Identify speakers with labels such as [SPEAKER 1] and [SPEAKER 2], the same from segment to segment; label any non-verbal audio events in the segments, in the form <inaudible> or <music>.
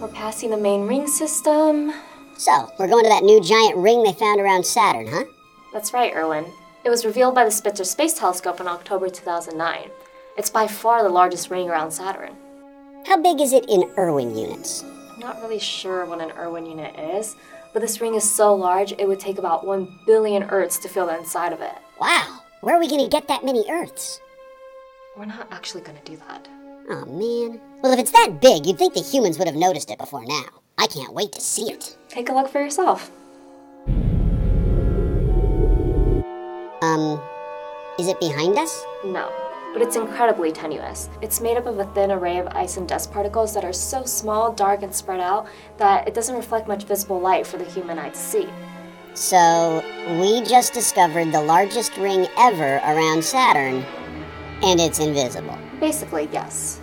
[SPEAKER 1] We're passing the main ring system.
[SPEAKER 2] So, we're going to that new giant ring they found around Saturn, huh?
[SPEAKER 1] That's right, Erwin. It was revealed by the Spitzer Space Telescope in October 2009. It's by far the largest ring around Saturn.
[SPEAKER 2] How big is it in Irwin units?
[SPEAKER 1] I'm not really sure what an Irwin unit is, but this ring is so large it would take about 1 billion Earths to fill the inside of it.
[SPEAKER 2] Wow, where are we going to get that many Earths?
[SPEAKER 1] We're not actually gonna do that.
[SPEAKER 2] Oh man. Well, if it's that big, you'd think the humans would have noticed it before now. I can't wait to see it.
[SPEAKER 1] Take a look for yourself.
[SPEAKER 2] Um, is it behind us?
[SPEAKER 1] No, but it's incredibly tenuous. It's made up of a thin array of ice and dust particles that are so small, dark, and spread out that it doesn't reflect much visible light for the human eye to see.
[SPEAKER 2] So, we just discovered the largest ring ever around Saturn, and it's invisible.
[SPEAKER 1] Basically, yes.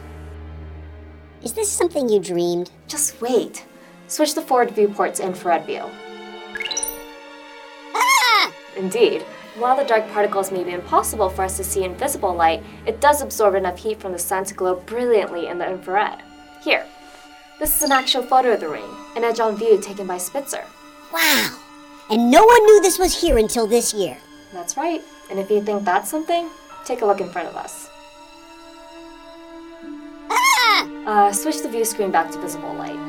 [SPEAKER 2] Is this something you dreamed?
[SPEAKER 1] Just wait. Switch the forward viewport to infrared view.
[SPEAKER 2] Ah!
[SPEAKER 1] Indeed, while the dark particles may be impossible for us to see in visible light, it does absorb enough heat from the sun to glow brilliantly in the infrared. Here, this is an actual photo of the ring, an edge on view taken by Spitzer.
[SPEAKER 2] Wow! And no one knew this was here until this year.
[SPEAKER 1] That's right, and if you think that's something, take a look in front of us.
[SPEAKER 2] Ah!
[SPEAKER 1] Uh, switch the view screen back to visible light.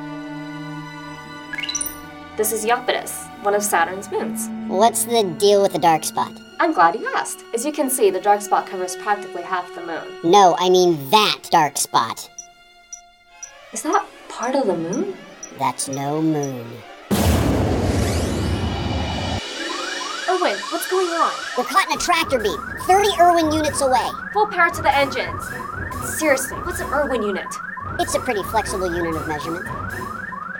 [SPEAKER 1] This is Iapetus, one of Saturn's moons.
[SPEAKER 2] What's the deal with the dark spot?
[SPEAKER 1] I'm glad you asked. As you can see, the dark spot covers practically half the moon.
[SPEAKER 2] No, I mean that dark spot.
[SPEAKER 1] Is that part of the moon?
[SPEAKER 2] That's no moon.
[SPEAKER 1] Erwin, Oh, what's going on?
[SPEAKER 2] We're caught in a tractor beam, 30 Irwin units away.
[SPEAKER 1] Full power to the engines. Seriously, what's an Irwin unit?
[SPEAKER 2] It's a pretty flexible unit of measurement.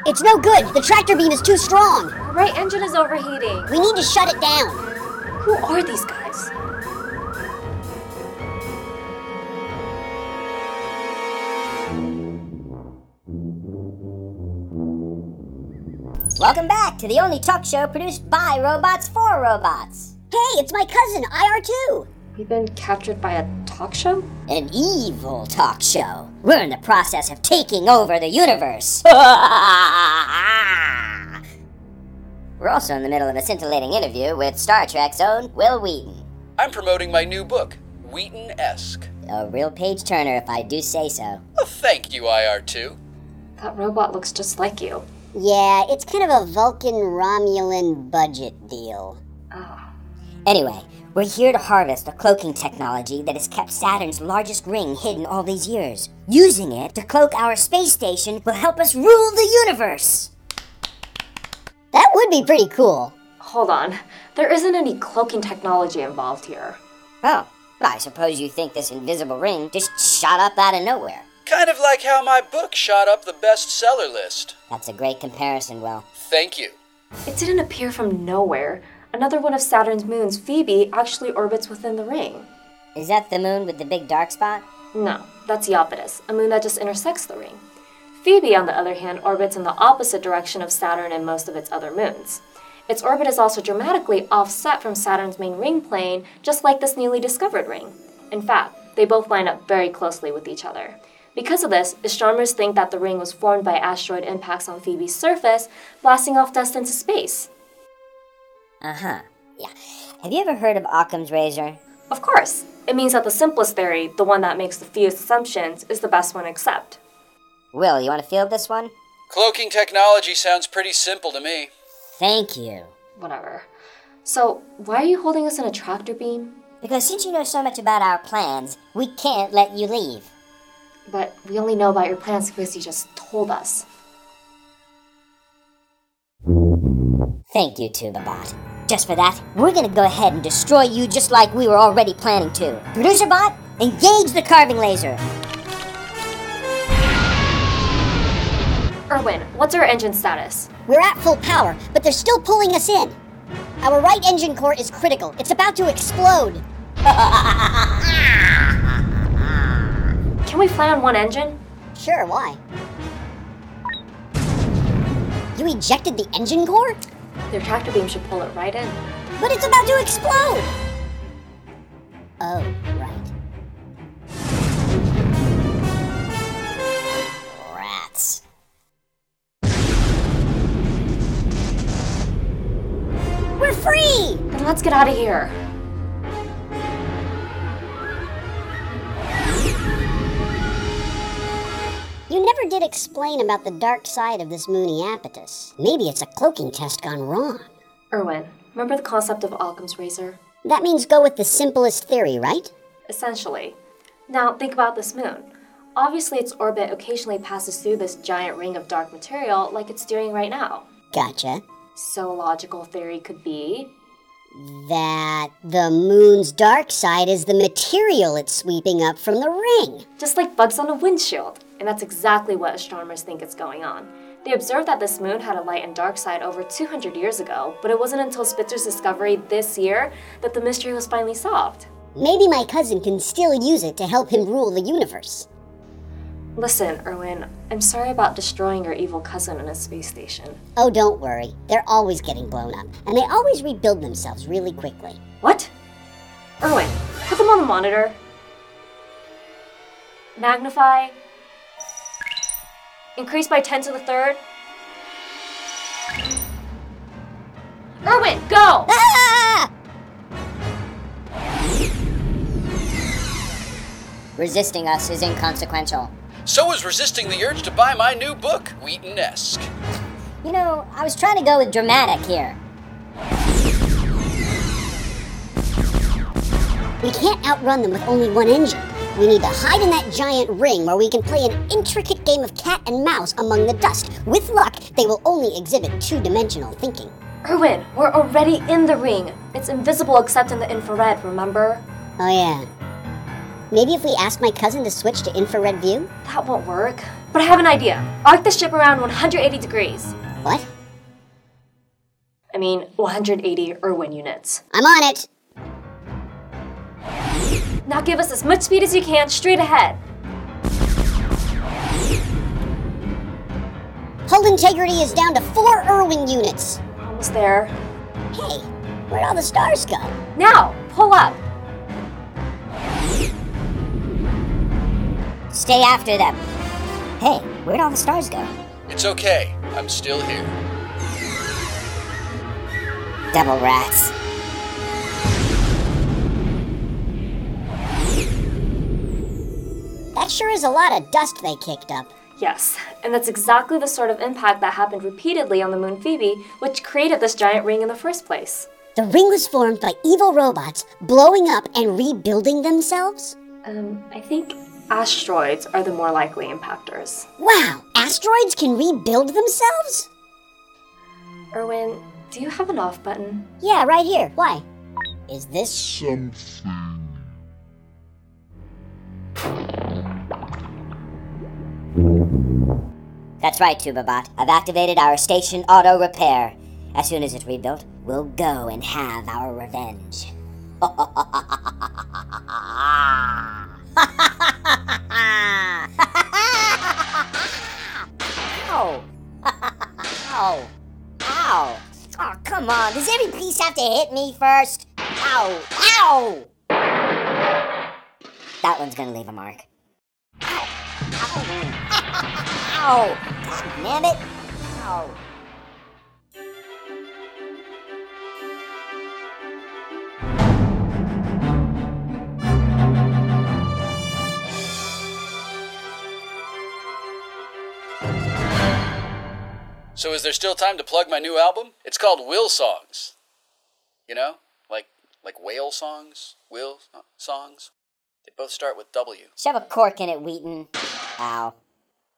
[SPEAKER 2] It's no good. The tractor beam is too strong.
[SPEAKER 1] The right engine is overheating.
[SPEAKER 2] We need to shut it down.
[SPEAKER 1] Who are these guys?
[SPEAKER 3] Welcome back to the only talk show produced by robots for robots.
[SPEAKER 2] Hey, it's my cousin, IR2.
[SPEAKER 1] We've been captured by a talk show?
[SPEAKER 3] An evil talk show. We're in the process of taking over the universe. <laughs> We're also in the middle of a scintillating interview with Star Trek's own Will Wheaton.
[SPEAKER 4] I'm promoting my new book, Wheaton esque.
[SPEAKER 3] A real page turner, if I do say so.
[SPEAKER 4] Well, thank you, IR2.
[SPEAKER 1] That robot looks just like you.
[SPEAKER 2] Yeah, it's kind of a Vulcan Romulan budget deal.
[SPEAKER 1] Ah,
[SPEAKER 3] Anyway, we're here to harvest the cloaking technology that has kept Saturn's largest ring hidden all these years. Using it to cloak our space station will help us rule the universe!
[SPEAKER 2] That would be pretty cool.
[SPEAKER 1] Hold on. There isn't any cloaking technology involved here.
[SPEAKER 3] Oh, well, I suppose you think this invisible ring just shot up out of nowhere.
[SPEAKER 4] Kind of like how my book shot up the bestseller list.
[SPEAKER 3] That's a great comparison, Will.
[SPEAKER 4] Thank you.
[SPEAKER 1] It didn't appear from nowhere. Another one of Saturn's moons, Phoebe, actually orbits within the ring.
[SPEAKER 3] Is that the moon with the big dark spot?
[SPEAKER 1] No, that's Iapetus, a moon that just intersects the ring. Phoebe, on the other hand, orbits in the opposite direction of Saturn and most of its other moons. Its orbit is also dramatically offset from Saturn's main ring plane, just like this newly discovered ring. In fact, they both line up very closely with each other. Because of this, astronomers think that the ring was formed by asteroid impacts on Phoebe's surface, blasting off dust into space.
[SPEAKER 3] Uh huh. Yeah. Have you ever heard of Occam's razor?
[SPEAKER 1] Of course, it means that the simplest theory, the one that makes the fewest assumptions, is the best one to accept.
[SPEAKER 3] Will, you want to field this one?
[SPEAKER 4] Cloaking technology sounds pretty simple to me.
[SPEAKER 3] Thank you.
[SPEAKER 1] Whatever. So, why are you holding us in a tractor beam?
[SPEAKER 3] Because since you know so much about our plans, we can't let you leave.
[SPEAKER 1] But we only know about your plans because you just told us.
[SPEAKER 3] Thank you, Tubabot. Just for that, we're gonna go ahead and destroy you just like we were already planning to. Producer Bot, engage the carving laser.
[SPEAKER 1] Erwin, what's our engine status?
[SPEAKER 2] We're at full power, but they're still pulling us in. Our right engine core is critical. It's about
[SPEAKER 3] <laughs>
[SPEAKER 2] to explode.
[SPEAKER 1] Can we fly on one engine?
[SPEAKER 2] Sure, why? You ejected the engine core?
[SPEAKER 1] Your tractor beam should pull it right in.
[SPEAKER 2] But it's about to explode! Oh, right. Rats. We're free!
[SPEAKER 1] Then let's get out of here.
[SPEAKER 2] You never did explain about the dark side of this Mooney Apatus. Maybe it's a cloaking test gone wrong.
[SPEAKER 1] Erwin, remember the concept of Occam's razor?
[SPEAKER 2] That means go with the simplest theory, right?
[SPEAKER 1] Essentially. Now, think about this moon. Obviously, its orbit occasionally passes through this giant ring of dark material like it's doing right now.
[SPEAKER 2] Gotcha.
[SPEAKER 1] So, a logical theory could be
[SPEAKER 2] That the moon's dark side is the material it's sweeping up from the ring.
[SPEAKER 1] just like bugs on a windshield. And that's exactly what astronomers think is going on. They observed that this moon had a light and dark side over 200 years ago, but it wasn't until Spitzer's discovery this year that the mystery was finally solved.
[SPEAKER 2] Maybe my cousin can still use it to help him rule the universe.
[SPEAKER 1] Listen, Erwin, I'm sorry about destroying your evil cousin in a space station.
[SPEAKER 2] Oh, don't worry. They're always getting blown up, and they always rebuild themselves really quickly.
[SPEAKER 1] What? Erwin, put them on the monitor. Magnify. Increase by 10 to the third. Erwin, go!
[SPEAKER 2] Ah!
[SPEAKER 3] Resisting us is inconsequential.
[SPEAKER 4] So is resisting the urge to buy my new book, Wheaton esque.
[SPEAKER 3] You know, I was trying to go with dramatic here.
[SPEAKER 2] We can't outrun them with only one engine. We need to hide in that giant ring where we can play an intricate game of cat and mouse among the dust. With luck, they will only exhibit two dimensional thinking.
[SPEAKER 1] Erwin, we're already in the ring. It's invisible except in the infrared, remember?
[SPEAKER 2] Oh, yeah. Maybe if we ask my cousin to switch to infrared view?
[SPEAKER 1] That won't work. But I have an idea. Arc the ship around 180 degrees.
[SPEAKER 2] What?
[SPEAKER 1] I mean, 180 Erwin units.
[SPEAKER 2] I'm on it!
[SPEAKER 1] Now give us as much speed as you can straight ahead.
[SPEAKER 2] Hull integrity is down to four Irwin units!
[SPEAKER 1] Almost there.
[SPEAKER 2] Hey, where'd all the stars go?
[SPEAKER 1] Now, pull up.
[SPEAKER 3] Stay after them. Hey, where'd all the stars go?
[SPEAKER 4] It's okay, I'm still here.
[SPEAKER 3] Devil rats.
[SPEAKER 2] That sure is a lot of dust they kicked up.
[SPEAKER 1] Yes, and that's exactly the sort of impact that happened repeatedly on the moon Phoebe, which created this giant ring in the first place.
[SPEAKER 2] The ring was formed by evil robots blowing up and rebuilding themselves?
[SPEAKER 1] Um, I think asteroids are the more likely impactors.
[SPEAKER 2] Wow, asteroids can rebuild themselves?
[SPEAKER 1] Erwin, do you have an off button?
[SPEAKER 2] Yeah, right here. Why? Is this.
[SPEAKER 3] That's right, Tubabot. I've activated our station auto repair. As soon as it's rebuilt, we'll go and have our revenge. <laughs> Ow! <laughs> Ow! Ow! Oh, come on. Does every piece have to hit me first? Ow! Ow! That one's gonna leave a mark. <laughs> Ow! God damn it! Ow!
[SPEAKER 4] So is there still time to plug my new album? It's called Will Songs. You know, like like whale songs, will songs. They both start with W.
[SPEAKER 3] Shove a cork in it, Wheaton. Ow.